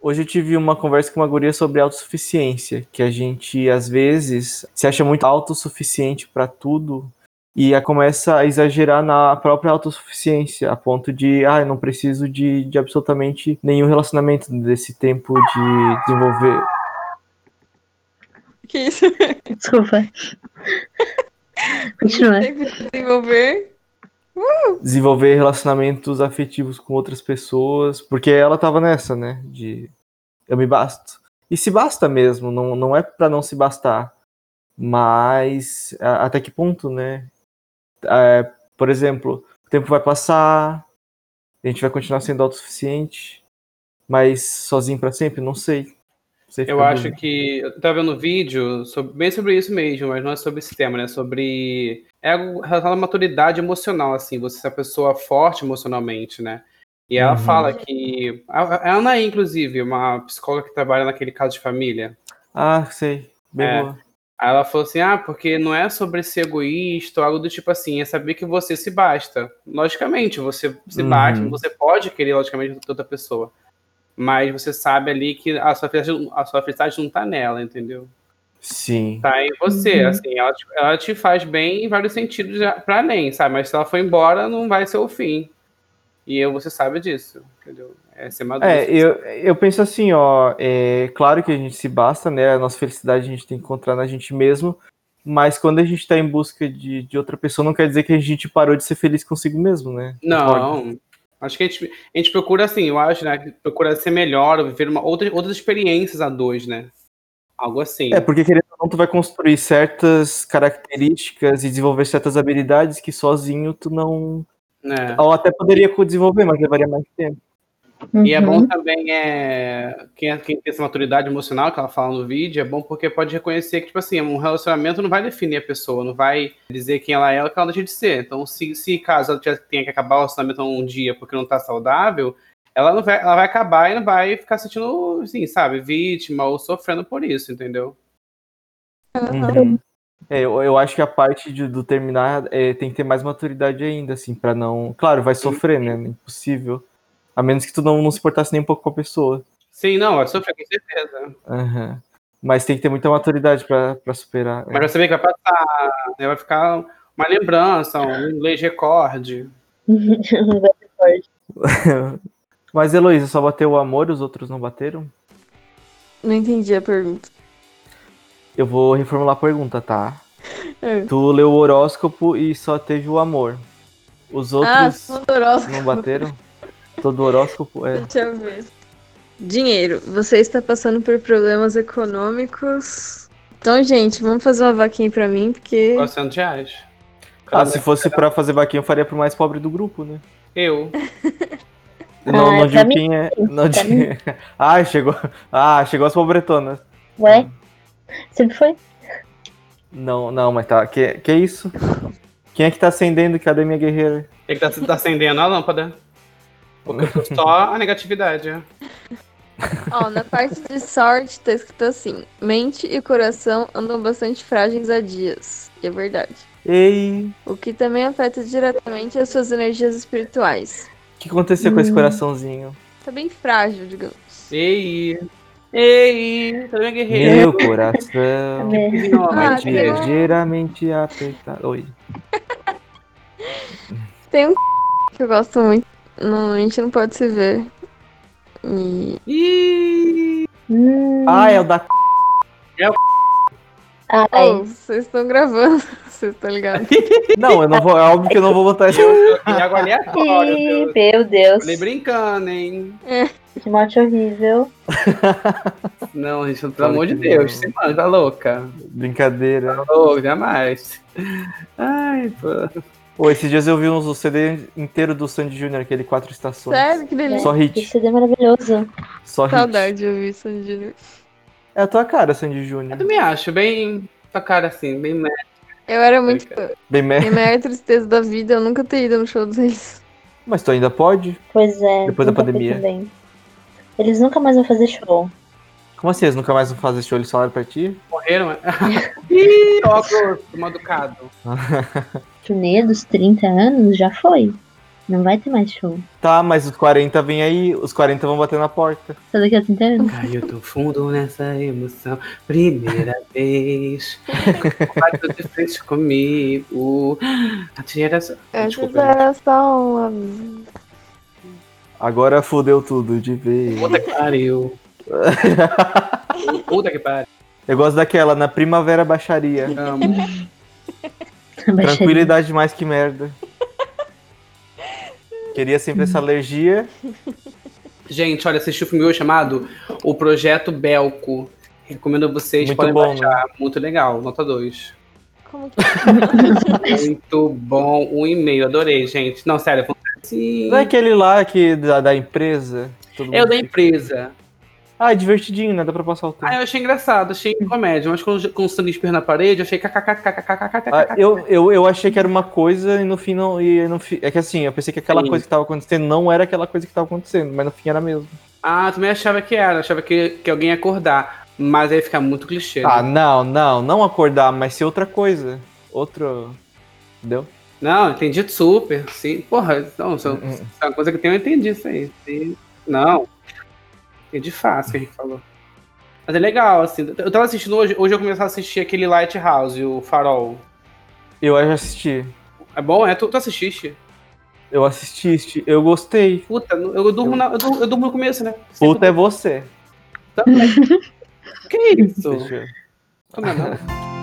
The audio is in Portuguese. Hoje eu tive uma conversa com uma guria sobre autossuficiência, que a gente às vezes se acha muito autossuficiente para tudo e a começa a exagerar na própria autossuficiência, a ponto de, ah, eu não preciso de, de absolutamente nenhum relacionamento desse tempo de desenvolver. Que isso? Desculpa. Continua. Tem que desenvolver. desenvolver relacionamentos afetivos com outras pessoas, porque ela tava nessa, né? De eu me basto. E se basta mesmo, não, não é pra não se bastar. Mas a- até que ponto, né? É, por exemplo, o tempo vai passar, a gente vai continuar sendo autossuficiente, mas sozinho pra sempre? Não sei. Você Eu fica acho dúvida. que. Eu tava vendo um vídeo sobre- bem sobre isso mesmo, mas não é sobre esse tema, né? Sobre. É algo relacionado à maturidade emocional, assim, você ser a pessoa forte emocionalmente, né? E ela Uhum. fala que. A a Anaí, inclusive, uma psicóloga que trabalha naquele caso de família. Ah, sei. Bem É. boa. Aí ela falou assim: ah, porque não é sobre ser egoísta ou algo do tipo assim, é saber que você se basta. Logicamente, você se Uhum. bate, você pode querer, logicamente, outra pessoa. Mas você sabe ali que a sua felicidade, a sua felicidade não tá nela, entendeu? Sim. Tá em você. Uhum. Assim, ela, te- ela te faz bem em vários sentidos já- pra além, sabe? Mas se ela for embora, não vai ser o fim. E eu- você sabe disso, entendeu? É ser maduro. É, eu, eu penso assim, ó, é claro que a gente se basta, né? A nossa felicidade a gente tem que encontrar na gente mesmo, mas quando a gente tá em busca de, de outra pessoa, não quer dizer que a gente parou de ser feliz consigo mesmo, né? Não. Acho que a gente, a gente procura, assim, eu acho, né? que Procura ser melhor, viver uma, outra, outras experiências a dois, né? Algo assim. É, porque querendo ou não, tu vai construir certas características e desenvolver certas habilidades que sozinho tu não. né? Ou até poderia co- desenvolver, mas levaria mais tempo. E é bom Uhum. também, é, quem, é- quem tem essa maturidade emocional que ela fala no vídeo, é bom porque pode reconhecer que, tipo assim, um relacionamento não vai definir a pessoa, não vai dizer quem ela é ou o que ela deixa de ser. Então, se, se caso ela tiver- tenha que acabar o relacionamento um dia porque não tá saudável, ela, não vai, ela vai acabar e não vai ficar sentindo, assim, sabe, vítima ou sofrendo por isso, entendeu? Uhum. É, eu, eu acho que a parte de- do terminar é, tem que ter mais maturidade ainda, assim, pra não. Claro, vai sofrer, né? Impossível. A menos que tu não, não se portasse nem um pouco com a pessoa. Sim, não, vai sofrer com É. certeza. Aham. Mas tem que ter muita maturidade pra pra superar. é. Mas vai saber que vai passar, né? vai ficar uma lembrança, um inglês recorde. Mas, Heloísa, só bateu o amor e os outros não bateram? Não entendi a pergunta. Eu vou reformular a pergunta, tá? É. Tu leu o horóscopo e só teve o amor. Os Ah, outros sou dorosa. não bateram? Todo horóscopo é. Deixa eu ver. Dinheiro. Você está passando por problemas econômicos. Então, gente, vamos fazer uma vaquinha pra mim, porque. 400 reais. Ah, se fosse pra fazer vaquinha, eu faria pro mais pobre do grupo, né? Eu. Eu Não, Ah, não pra digo mim, quem é. Não pra digo... Ah, chegou. Ah, chegou as pobretonas. Ué? Sempre foi? Não, não, mas tá. Que, que isso? Quem é que tá acendendo? Cadê minha guerreira? Ele tá, tá acendendo a lâmpada. Porque eu tô só a negatividade. né? Ó, na parte de sorte tá escrito assim: mente e coração andam bastante frágeis há dias. E é verdade. Ei, O que também afeta diretamente as suas energias espirituais. o que aconteceu com esse Hum. coraçãozinho? Tá bem frágil, digamos. Ei! Ei! Tá bem, guerreiro? Meu coração. Cadê? Ignora, Ah, Mas que guerreiro. legal. ligeiramente apertado. Oi. Hum. Tem um que eu gosto muito. Normalmente não pode se ver. E. Ih! Hum, Ah, é o da. c****. ai, É Oh, vocês estão gravando, vocês estão ligados? Não, eu não vou. É óbvio que eu não vou botar isso. E água aleatória, Ih, Deus. meu Deus. Falei brincando, hein? Que morte horrível. Não, gente, pelo Claro amor que de Deus. não. Você mano, tá louca. Brincadeira. Tá louca, jamais. Ai, pô. Ô, esses dias eu vi uns, o CD inteiro do Sandy Júnior, aquele quatro estações. Sério, que delícia. Só Que hit. CD maravilhoso. Só hit. Saudade de ouvir Sandy Júnior. É a tua cara, Sandy Eu Júnior. também acho bem. Tua cara assim, bem leve. Eu era muito fã. Bem merda. Minha maior tristeza da vida, eu nunca ter ido no show deles. Mas tu ainda pode? Pois é. Depois da nunca fui pandemia. também. Eles nunca mais vão fazer show. Como assim? Eles nunca mais vão fazer show, eles falaram pra ti? Morreram? é? Ih, óculos, mal educado. Turnê dos 30 anos já foi. Não vai ter mais show. Tá, mas os 40 vêm aí, os 40 vão bater na porta. Só daqui a 30 anos. Caiu do fundo nessa emoção, primeira vez. Bateu de frente comigo. A geração. Essa Desculpa, gente. geração, amigo. Agora fodeu tudo de vez. Puta que pariu. Puta que pariu. Eu gosto daquela, na primavera baixaria. Amo. Baixaria. Tranquilidade mais que merda. Queria sempre essa alergia. Gente, olha, assisti o filme hoje é chamado O Projeto Belco. Recomendo a vocês, Muito podem bom, né? baixar. Muito legal, nota 2. Como que é? Muito bom, um e-mail, adorei, gente. Não, sério, vamos- Sim. Não é aquele lá que da, da empresa? Todo É o mundo da fica- empresa. Ah, é divertidinho, né? Dá pra passar o tempo. Ah, eu achei engraçado, achei Hum. comédia, mas quando com o sangue espirro na parede, eu achei Ah, kkkkkkkkk. eu, eu, eu achei que era uma coisa e no fim não. E no fim, é que assim, eu pensei que aquela Sim. coisa que tava acontecendo não era aquela coisa que tava acontecendo, mas no fim era mesmo. Ah, eu também achava que era, achava que, que alguém ia acordar. Mas aí fica muito clichê. Ah, né? não, não, não acordar, mas ser outra coisa. Outro. Entendeu? Não, entendi super. Sim. Porra, então, se Hum, eu- se é uma coisa que eu tenho, eu entendi isso aí. Sim. Não. Entendi fácil o que a gente falou. Mas é legal, assim. Eu tava assistindo hoje, hoje eu comecei a assistir aquele Lighthouse, o Farol. Eu já assisti. É bom? É? Tu, tu assististe? Eu assisti, eu gostei. Puta, eu durmo, na- eu durmo, eu durmo no começo, né? Puta é você. Também. que isso? Deixa eu- Como é, não?